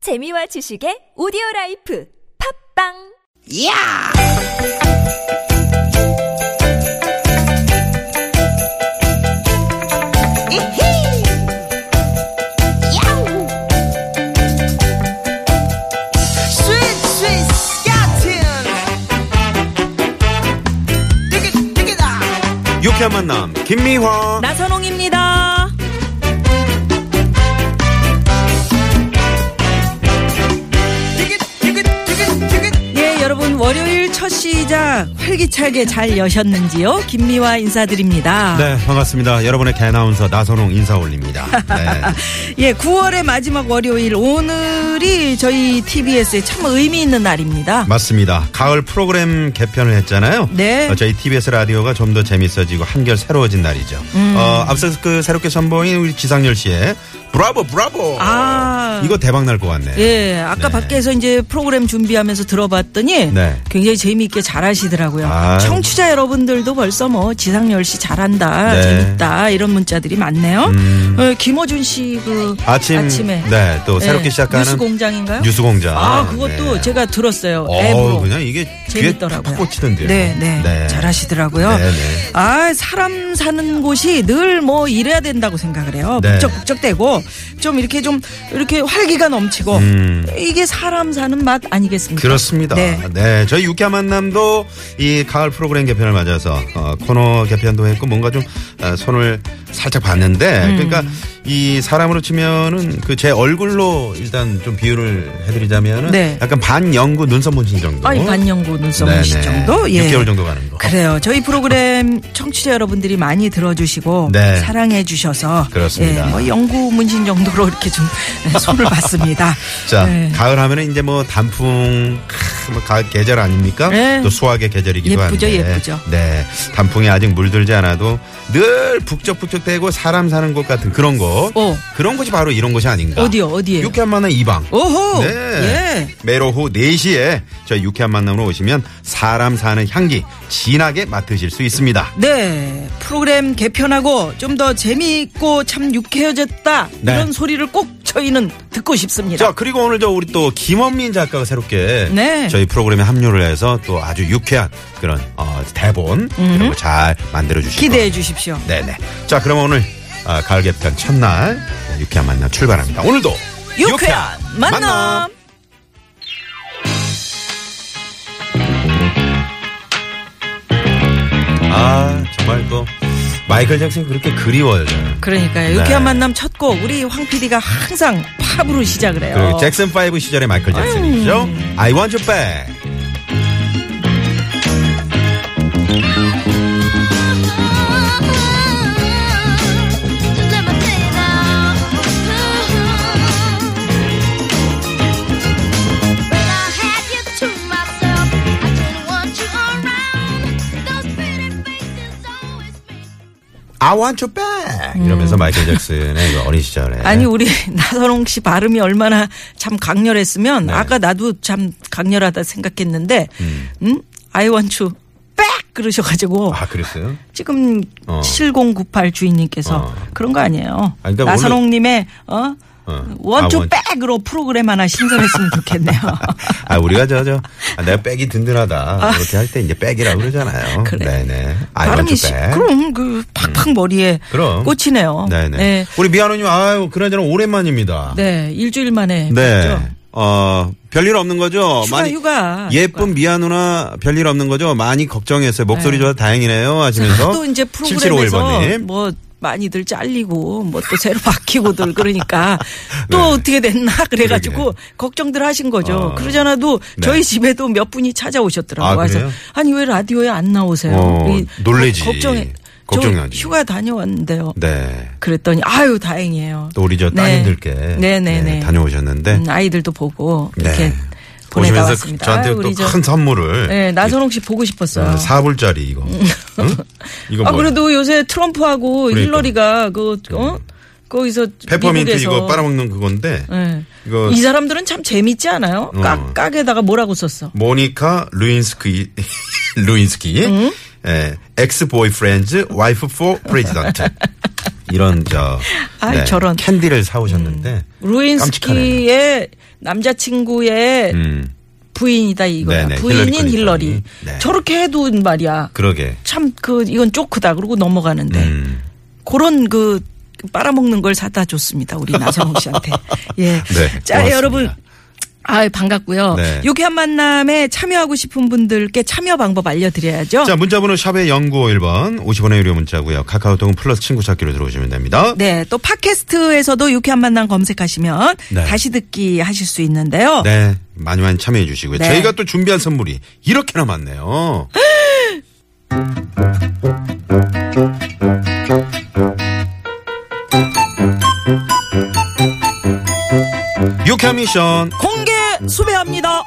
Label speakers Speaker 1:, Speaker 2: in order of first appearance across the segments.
Speaker 1: 재미와 지식의 오디오 라이프 팝빵!
Speaker 2: 이야! 이히! 야우! 스윗, 스윗, 스캇틴! 띠기, 띠기다!
Speaker 3: 유쾌한 만남 김미화
Speaker 4: 나선홍입니다.
Speaker 2: 띠기, 띠기, 띠기, 띠기!
Speaker 4: 예, 여러분 월요일 첫 시작 활기차게 잘 여셨는지요? 김미화 인사드립니다.
Speaker 3: 네 반갑습니다 여러분의 개나운서 나선홍 인사 올립니다 네.
Speaker 4: 예, 9월의 마지막 월요일 오늘이 저희 TBS에 참 의미 있는 날입니다.
Speaker 3: 맞습니다 가을 프로그램 개편을 했잖아요
Speaker 4: 네.
Speaker 3: 어, 저희 TBS 라디오가 좀 더 재밌어지고 한결 새로워진 날이죠
Speaker 4: 음.
Speaker 3: 어, 앞서 그 새롭게 선보인 우리 지상열 씨의 브라보 브라보
Speaker 4: 아.
Speaker 3: 이거 대박 날 것 같네요
Speaker 4: 예,
Speaker 3: 네.
Speaker 4: 아까 밖에서 이제 프로그램 준비하면서 들어봤더니
Speaker 3: 네.
Speaker 4: 굉장히 재미있게 잘하시더라고요.
Speaker 3: 아유.
Speaker 4: 청취자 여러분들도 벌써 뭐 지상열 씨 잘한다,
Speaker 3: 네. 음.
Speaker 4: 재밌다 이런 문자들이 많네요. 어, 김어준 씨그
Speaker 3: 아침
Speaker 4: 아침에
Speaker 3: 네또 새롭게
Speaker 4: 예,
Speaker 3: 시작하는
Speaker 4: 뉴스 공장인가요?
Speaker 3: 뉴스공장
Speaker 4: 아, 그것도
Speaker 3: 네.
Speaker 4: 제가 들었어요.
Speaker 3: 어
Speaker 4: 앱으로.
Speaker 3: 그냥 이게 귀에 딱
Speaker 4: 재밌더라고요.
Speaker 3: 꽂히던데요
Speaker 4: 네, 네, 잘하시더라고요.
Speaker 3: 네, 네.
Speaker 4: 아, 사람 사는 곳이 늘 뭐 이래야 된다고 생각을 해요.
Speaker 3: 네.
Speaker 4: 북적북적대고 좀 이렇게 좀 이렇게 활기가 넘치고
Speaker 3: 음.
Speaker 4: 이게 사람 사는 맛 아니겠습니까?
Speaker 3: 그렇습니다. 네.
Speaker 4: 네.
Speaker 3: 저희 육회 만남도 이 가을 프로그램 개편을 맞아서 어, 코너 개편도 했고 뭔가 좀 어, 손을 살짝 봤는데
Speaker 4: 음.
Speaker 3: 그러니까 이 사람으로 치면은 그 제 얼굴로 일단 좀 비유를 해드리자면은
Speaker 4: 네.
Speaker 3: 약간 반영구 눈썹 문신 정도.
Speaker 4: 아니 반영구 눈썹 문신 정도? 예.
Speaker 3: 네, 6개월 정도 가는 거.
Speaker 4: 그래요. 저희 프로그램 청취자 여러분들이 많이 들어주시고
Speaker 3: 네.
Speaker 4: 사랑해 주셔서
Speaker 3: 그렇습니다.
Speaker 4: 예, 뭐 영구 문신 정도로 이렇게 좀 손을 봤습니다.
Speaker 3: 자,
Speaker 4: 네.
Speaker 3: 가을 하면은 이제 뭐 단풍, 크, 뭐 가을 계절 아닙니까?
Speaker 4: 네.
Speaker 3: 또 수확의 계절이기도
Speaker 4: 예쁘죠,
Speaker 3: 한데.
Speaker 4: 예쁘죠.
Speaker 3: 네. 단풍이 아직 물들지 않아도 늘 북적북적대고 사람 사는 곳 같은 그런 곳.
Speaker 4: 어.
Speaker 3: 그런 곳이 바로 이런 곳이 아닌가.
Speaker 4: 어디요? 어디에?
Speaker 3: 유쾌한 만남 이방
Speaker 4: 오호.
Speaker 3: 네.
Speaker 4: 예.
Speaker 3: 매일 오후 4시에 저희 유쾌한 만남으로 오시면 사람 사는 향기 진하게 맡으실 수 있습니다.
Speaker 4: 네 프로그램 개편하고 좀 더 재미있고 참 유쾌해졌다
Speaker 3: 네.
Speaker 4: 이런 소리를 꼭 저희는 듣고 싶습니다.
Speaker 3: 자, 그리고 오늘 저 우리 또 김원민 작가가 새롭게
Speaker 4: 네.
Speaker 3: 저희 프로그램에 합류를 해서 또 아주 유쾌한 그런 어, 대본 이런 거 잘 만들어 주실
Speaker 4: 기대해
Speaker 3: 겁니다.
Speaker 4: 주십시오.
Speaker 3: 네네. 자, 그럼 오늘 아, 가을 개편 첫날 유쾌한 만남 출발합니다. 오늘도
Speaker 4: 유쾌한 만남.
Speaker 3: 아, 정말 또 마이클 잭슨 그렇게 그리워요. 저는.
Speaker 4: 그러니까요.
Speaker 3: 네.
Speaker 4: 유쾌한 만남 첫 곡 우리 황 PD가 항상 팝으로 시작을 해요.
Speaker 3: 그리고 잭슨 5 시절의 마이클 잭슨이죠. I want you back. I want you back. 이러면서 마이클 잭슨의 그 어린 시절에
Speaker 4: 음. 아니 우리 나선홍 씨 발음이 얼마나 참
Speaker 3: 네.
Speaker 4: 강렬했으면 아까 나도 참 강렬하다 생각했는데 음, I want you back 그러셔가지고
Speaker 3: 아, 그랬어요?
Speaker 4: 지금
Speaker 3: 어.
Speaker 4: 7098 주인님께서
Speaker 3: 어.
Speaker 4: 그런 거 아니에요.
Speaker 3: 아니, 그러니까
Speaker 4: 나선홍님의 어?
Speaker 3: 어. 아,
Speaker 4: 원투
Speaker 3: 원-
Speaker 4: 백으로 프로그램 하나 신설했으면 좋겠네요.
Speaker 3: 아, 우리가 저, 저, 아, 내가 백이 든든하다. 이렇게 할 때 이제 백이라고 그러잖아요.
Speaker 4: 그래.
Speaker 3: 네네. I
Speaker 4: 발음이
Speaker 3: want
Speaker 4: 시,
Speaker 3: you back.
Speaker 4: 그럼 그 팍팍 머리에
Speaker 3: 음. 그럼.
Speaker 4: 꽂히네요.
Speaker 3: 네네.
Speaker 4: 네.
Speaker 3: 우리 미아노님, 아유, 그나저나 오랜만입니다.
Speaker 4: 네, 일주일 만에
Speaker 3: 네.
Speaker 4: 뵙죠.
Speaker 3: 어, 별일 없는 거죠?
Speaker 4: 휴가, 휴가.
Speaker 3: 예쁜 미아 누나 별일 없는 거죠? 많이 걱정했어요. 목소리 좋아 다행이네요. 하시면서.
Speaker 4: 또 이제
Speaker 3: 7751번
Speaker 4: 프로그램에서
Speaker 3: 님.
Speaker 4: 뭐 많이들 잘리고 뭐 또 새로 바뀌고들 그러니까 또 어떻게 됐나 그래가지고
Speaker 3: 네. 그러게.
Speaker 4: 걱정들 하신 거죠.
Speaker 3: 어.
Speaker 4: 그러잖아도
Speaker 3: 네.
Speaker 4: 저희 집에도 몇 분이 찾아오셨더라고요.
Speaker 3: 아, 그래요?
Speaker 4: 그래서 아니 왜 라디오에 안 나오세요?
Speaker 3: 어,
Speaker 4: 우리
Speaker 3: 놀래지.
Speaker 4: 걱정해.
Speaker 3: 걱정이
Speaker 4: 저
Speaker 3: 나지.
Speaker 4: 휴가 다녀왔는데요.
Speaker 3: 네.
Speaker 4: 그랬더니 아유 다행이에요. 네.
Speaker 3: 또 우리 저 따님들께.
Speaker 4: 네네네.
Speaker 3: 네, 다녀오셨는데.
Speaker 4: 음, 아이들도 보고 이렇게
Speaker 3: 네.
Speaker 4: 보내다
Speaker 3: 오시면서
Speaker 4: 왔습니다. 아유,
Speaker 3: 저한테
Speaker 4: 우리
Speaker 3: 또
Speaker 4: 저-
Speaker 3: 큰 선물을.
Speaker 4: 네, 나선홍 씨 보고 싶었어요.
Speaker 3: 어, 사불짜리 이거. 응? 이거
Speaker 4: 아
Speaker 3: 뭐야?
Speaker 4: 그래도 요새 트럼프하고
Speaker 3: 그러니까. 네.
Speaker 4: 힐러리가 그 어? 거기서
Speaker 3: 페퍼민트
Speaker 4: 미국에서
Speaker 3: 이거 빨아먹는 그건데
Speaker 4: 예.
Speaker 3: 이거-
Speaker 4: 이 사람들은 참 재밌지 않아요?
Speaker 3: 어.
Speaker 4: 깍, 깍에다가 뭐라고 썼어?
Speaker 3: 모니카 루인스키 예, 루인스키 엑스 보이프렌즈 와이프 포 프레지던트 이런 저 네,
Speaker 4: 아이, 저런. 음.
Speaker 3: 캔디를 사오셨는데 깜찍하네.
Speaker 4: 루인스키의 남자친구의
Speaker 3: 음,
Speaker 4: 부인이다 이거야.
Speaker 3: 네네,
Speaker 4: 부인인
Speaker 3: 힐러리
Speaker 4: 힐러리.
Speaker 3: 클린턴이. 네.
Speaker 4: 저렇게 해도 말이야.
Speaker 3: 그러게.
Speaker 4: 참 그 이건 쪼크다 그러고 넘어가는데
Speaker 3: 음.
Speaker 4: 그런 그 빨아먹는 걸 사다 줬습니다 우리 나선홍 씨한테. 예.
Speaker 3: 네,
Speaker 4: 자
Speaker 3: 고맙습니다.
Speaker 4: 여러분. 아 반갑고요.
Speaker 3: 네.
Speaker 4: 유쾌한 만남에 참여하고 싶은 분들께 참여 방법 알려드려야죠.
Speaker 3: 자, 문자번호 샵의 0951번 50원의 유료 문자고요. 카카오톡은 플러스 친구 찾기로 들어오시면 됩니다.
Speaker 4: 네, 또 팟캐스트에서도 유쾌한 만남 검색하시면
Speaker 3: 네.
Speaker 4: 다시 듣기 하실 수 있는데요.
Speaker 3: 네, 많이 많이 참여해 주시고요.
Speaker 4: 네.
Speaker 3: 저희가 또 준비한 선물이 이렇게나 많네요. 유쾌 미션
Speaker 4: 공개 수배합니다.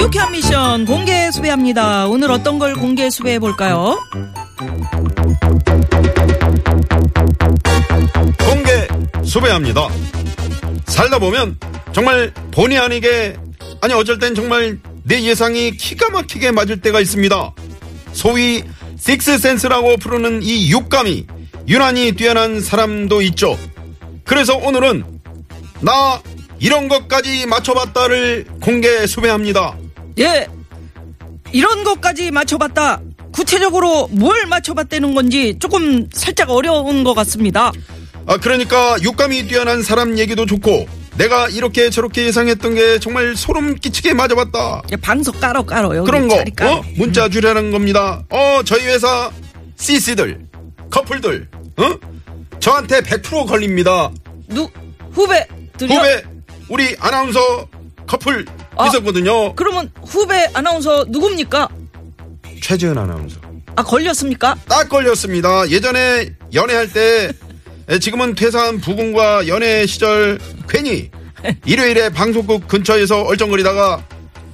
Speaker 4: 유쾌한 미션 공개 수배합니다. 오늘 어떤 걸 공개 수배해 볼까요?
Speaker 3: 공개 수배합니다. 살다 보면 정말 본의 아니게 아니 어쩔 땐 정말 내 예상이 키가 막히게 맞을 때가 있습니다. 소위 식스센스라고 부르는 이 육감이 유난히 뛰어난 사람도 있죠. 그래서 오늘은 나 이런 것까지 맞춰봤다를 공개 수배합니다.
Speaker 4: 예. 이런 것까지 맞춰봤다. 구체적으로 뭘 맞춰봤다는 건지 조금 살짝 어려운 것 같습니다.
Speaker 3: 아 그러니까 육감이 뛰어난 사람 얘기도 좋고 내가 이렇게 저렇게 예상했던 게 정말 소름 끼치게 맞아봤다.
Speaker 4: 예, 방석 깔어 깔어 여기
Speaker 3: 그런 거
Speaker 4: 자리 깔어.
Speaker 3: 어? 문자 주려는 겁니다. 어 저희 회사 CC들 커플들 어? 저한테 100% 걸립니다.
Speaker 4: 누 후배 들려?
Speaker 3: 후배 우리 아나운서 커플
Speaker 4: 아.
Speaker 3: 있었거든요.
Speaker 4: 그러면 후배 아나운서 누굽니까?
Speaker 3: 최재은 아나운서
Speaker 4: 아 걸렸습니까?
Speaker 3: 딱 걸렸습니다. 예전에 연애할 때 에, 지금은 퇴사한 부군과 연애 시절 괜히 일요일에 방송국 근처에서 얼쩡거리다가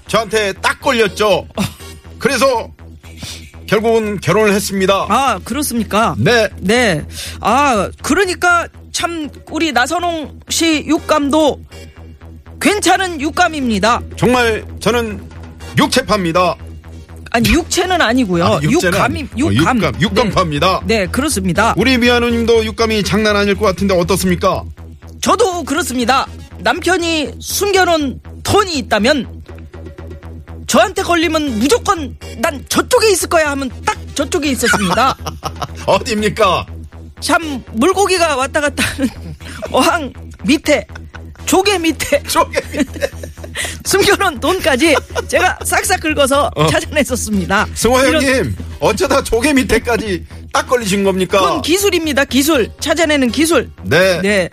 Speaker 3: 저한테 딱 걸렸죠. 그래서 결국은 결혼을 했습니다.
Speaker 4: 아 그렇습니까?
Speaker 3: 네.
Speaker 4: 네. 아 그러니까 참 우리 나선홍 씨 육감도 괜찮은 육감입니다.
Speaker 3: 정말 저는 육체파입니다.
Speaker 4: 아니 육체는 아니고요.
Speaker 3: 아, 육체는
Speaker 4: 어, 육감이
Speaker 3: 아니고. 어,
Speaker 4: 육감.
Speaker 3: 육감, 육감파입니다.
Speaker 4: 네 그렇습니다.
Speaker 3: 우리 미아누님도 육감이 장난 아닐 것 같은데 어떻습니까?
Speaker 4: 저도 그렇습니다. 남편이 숨겨놓은 돈이 있다면 저한테 걸리면 무조건 난 저쪽에 있을 거야 하면 딱 저쪽에 있었습니다.
Speaker 3: 어디입니까?
Speaker 4: 참 물고기가 왔다 갔다 하는 어항 밑에 조개 밑에
Speaker 3: 저게
Speaker 4: 숨겨놓은 돈까지 제가 싹싹 긁어서 찾아냈었습니다.
Speaker 3: 승호
Speaker 4: 이런-
Speaker 3: 형님 어쩌다 조개 밑에까지 딱 걸리신 겁니까?
Speaker 4: 그건 기술입니다. 기술 찾아내는 기술.
Speaker 3: 네.
Speaker 4: 네.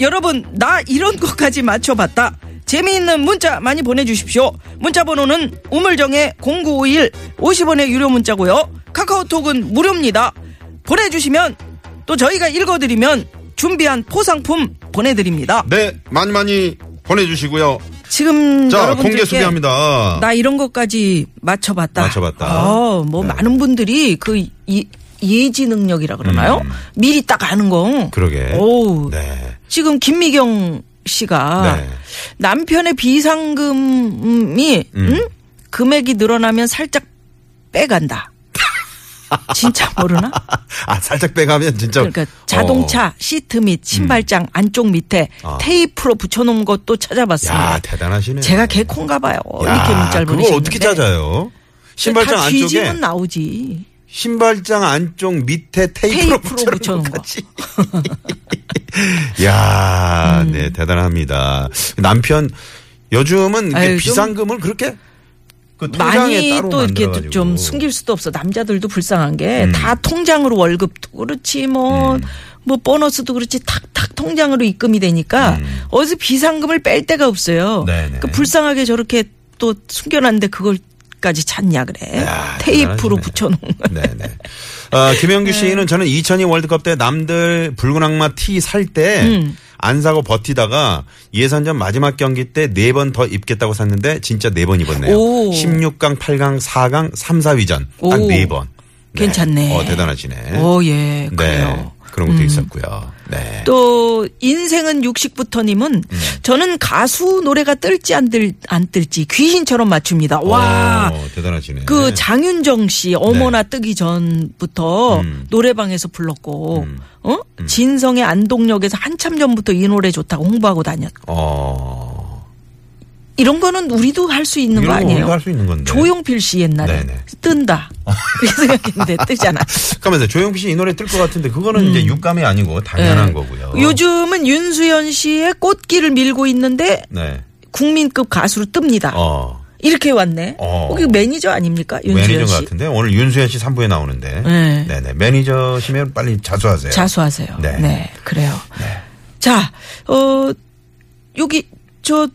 Speaker 4: 여러분 나 이런 것까지 맞춰봤다. 재미있는 문자 많이 보내주십시오. 문자 번호는 우물정의 0951 50원의 유료 문자고요. 카카오톡은 무료입니다. 보내주시면 또 저희가 읽어드리면 준비한 포상품 보내드립니다.
Speaker 3: 네, 많이 많이 보내주시고요.
Speaker 4: 지금
Speaker 3: 자,
Speaker 4: 음, 여러분들께
Speaker 3: 공개 수배합니다.
Speaker 4: 나 이런 것까지 맞춰봤다.
Speaker 3: 맞춰봤다.
Speaker 4: 어, 뭐
Speaker 3: 네.
Speaker 4: 많은 분들이 그 이- 예지 능력이라 그러나요?
Speaker 3: 음.
Speaker 4: 미리 딱 아는 거.
Speaker 3: 그러게.
Speaker 4: 오.
Speaker 3: 네.
Speaker 4: 지금 김미경 씨가
Speaker 3: 네.
Speaker 4: 남편의 비상금이 음? 금액이 늘어나면 살짝 빼간다. 진짜 모르나?
Speaker 3: 아, 살짝 빼가면 진짜. 어.
Speaker 4: 그러니까 자동차 시트 및
Speaker 3: 음.
Speaker 4: 신발장 안쪽 밑에
Speaker 3: 아.
Speaker 4: 테이프로 붙여놓은 것도
Speaker 3: 어.
Speaker 4: 찾아봤습니다.
Speaker 3: 야, 대단하시네.
Speaker 4: 제가 개콘가 봐요. 이렇게 문자를 보내셨는데.
Speaker 3: 그거 어떻게 찾아요? 신발장
Speaker 4: 다
Speaker 3: 안쪽에
Speaker 4: 뒤지면 나오지.
Speaker 3: 신발장 안쪽 밑에 테이프로,
Speaker 4: 테이프로 붙여놓은 거.
Speaker 3: 거지. 야,
Speaker 4: 음.
Speaker 3: 네 대단합니다. 남편 요즘은 이렇게
Speaker 4: 아유, 좀
Speaker 3: 비상금을 그렇게 그 통장에
Speaker 4: 많이
Speaker 3: 따로
Speaker 4: 또 이렇게
Speaker 3: 만들어가지고. 음.
Speaker 4: 좀 숨길 수도 없어. 남자들도 불쌍한 게 다 통장으로 월급도 그렇지 뭐 뭐 보너스도 그렇지 탁탁 통장으로 입금이 되니까 어디서 비상금을 뺄 데가 없어요.
Speaker 3: 음. 네네.
Speaker 4: 그러니까 불쌍하게 저렇게 또 숨겨놨는데 그걸까지 찾냐 그래.
Speaker 3: 야,
Speaker 4: 테이프로
Speaker 3: 대단하시네.
Speaker 4: 붙여놓은 거.
Speaker 3: 네네. 어,
Speaker 4: 네.
Speaker 3: 김영규 씨는 저는 2002 월드컵 때 남들 붉은 악마 티 살 때
Speaker 4: 음.
Speaker 3: 안 사고 버티다가 예선전 마지막 경기 때 네 번 더 입겠다고 샀는데 진짜 네 번 입었네요.
Speaker 4: 오.
Speaker 3: 16강, 8강, 4강, 3, 4위전 딱
Speaker 4: 오.
Speaker 3: 네 번. 네.
Speaker 4: 괜찮네.
Speaker 3: 어, 대단하시네.
Speaker 4: 오, 예.
Speaker 3: 네.
Speaker 4: 그래요. 음.
Speaker 3: 그런 것도 있었고요. 네.
Speaker 4: 또 인생은 60부터님은 저는 가수 노래가 뜰지 안, 뜰, 안 뜰지 귀신처럼 맞춥니다. 와.
Speaker 3: 오, 어, 대단하시네. 네.
Speaker 4: 그 장윤정 씨 어머나 뜨기 전부터
Speaker 3: 음.
Speaker 4: 노래방에서 불렀고 어? 진성의 안동역에서 한참 전부터 이 노래 좋다고 홍보하고 다녔고
Speaker 3: 어.
Speaker 4: 이런 거는 우리도 할 수 있는 거
Speaker 3: 이런 거
Speaker 4: 아니에요?
Speaker 3: 우리도 할수 있는 건데.
Speaker 4: 조용필 씨 옛날에
Speaker 3: 네네.
Speaker 4: 뜬다 이렇게 생각했는데 뜨지 않았어.
Speaker 3: 잠깐만요. 조용필 씨 이 노래 뜰 것 같은데 그거는 이제 육감이 아니고 당연한 거고요.
Speaker 4: 음. 네. 요즘은 윤수연 씨의 꽃길을 밀고 있는데
Speaker 3: 네.
Speaker 4: 국민급 가수로 뜹니다.
Speaker 3: 어.
Speaker 4: 이렇게 왔네.
Speaker 3: 어.
Speaker 4: 거기 매니저 아닙니까 윤수연
Speaker 3: 매니저
Speaker 4: 씨?
Speaker 3: 같은데 오늘 윤수현 씨 3부에 나오는데.
Speaker 4: 네.
Speaker 3: 네 매니저시면 빨리 자수하세요.
Speaker 4: 자수하세요.
Speaker 3: 네.
Speaker 4: 네, 그래요. 자, 어 여기 저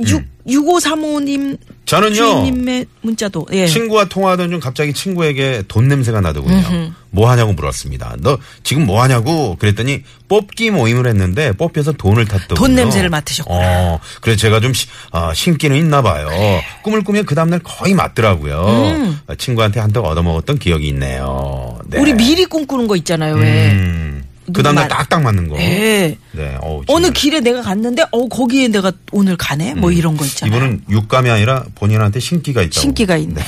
Speaker 4: 6,
Speaker 3: 음.
Speaker 4: 6535님
Speaker 3: 저는요.
Speaker 4: 주인님의 문자도 예.
Speaker 3: 친구와 통화하던 중 갑자기 친구에게 돈 냄새가 나더군요. 뭐 하냐고 물었습니다. 너 지금 뭐 하냐고 그랬더니 뽑기 모임을 했는데 뽑혀서 돈을 탔더군요.
Speaker 4: 돈 냄새를 맡으셨구나.
Speaker 3: 어, 그래서 제가 좀 시- 아, 신기는 있나 봐요. 꿈을 꾸면 그 다음날 거의 맞더라고요. 아, 친구한테 한턱 얻어먹었던 기억이 있네요. 네.
Speaker 4: 음. 우리 미리 꿈꾸는 거 있잖아요. 왜?
Speaker 3: 음, 그 다음날
Speaker 4: 누구 말-
Speaker 3: 딱딱 맞는 거.
Speaker 4: 예.
Speaker 3: 네, 어우,
Speaker 4: 어느
Speaker 3: 정말.
Speaker 4: 길에 내가 갔는데 어 거기에 내가 오늘 가네. 뭐 이런 거
Speaker 3: 음.
Speaker 4: 있잖아요.
Speaker 3: 이분은 육감이 아니라 본인한테 신기가 있다고.
Speaker 4: 신기가 있네.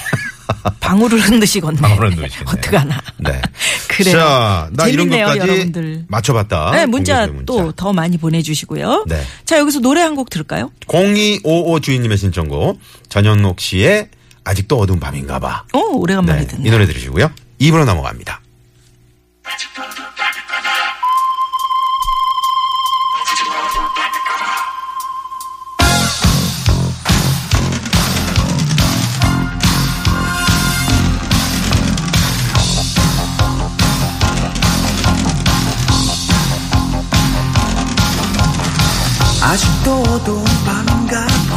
Speaker 4: 방울을 흔드시 건네.
Speaker 3: 방울을 흔드시네.
Speaker 4: 어떡하나.
Speaker 3: 네.
Speaker 4: 그래요.
Speaker 3: 자, 나
Speaker 4: 재밌네요,
Speaker 3: 이런 것까지
Speaker 4: 여러분들.
Speaker 3: 맞춰봤다.
Speaker 4: 네, 문자
Speaker 3: 공개적인
Speaker 4: 또 더 많이 보내주시고요.
Speaker 3: 네.
Speaker 4: 자, 여기서 노래 한 곡 들을까요?
Speaker 3: 0255 주인님의 신청곡 전현옥 씨의 아직도 어두운 밤인가 봐.
Speaker 4: 어, 오래간만에
Speaker 3: 네,
Speaker 4: 듣네.
Speaker 3: 이 노래 들으시고요. 2부로 넘어갑니다.
Speaker 2: 아직도 어두운 밤인가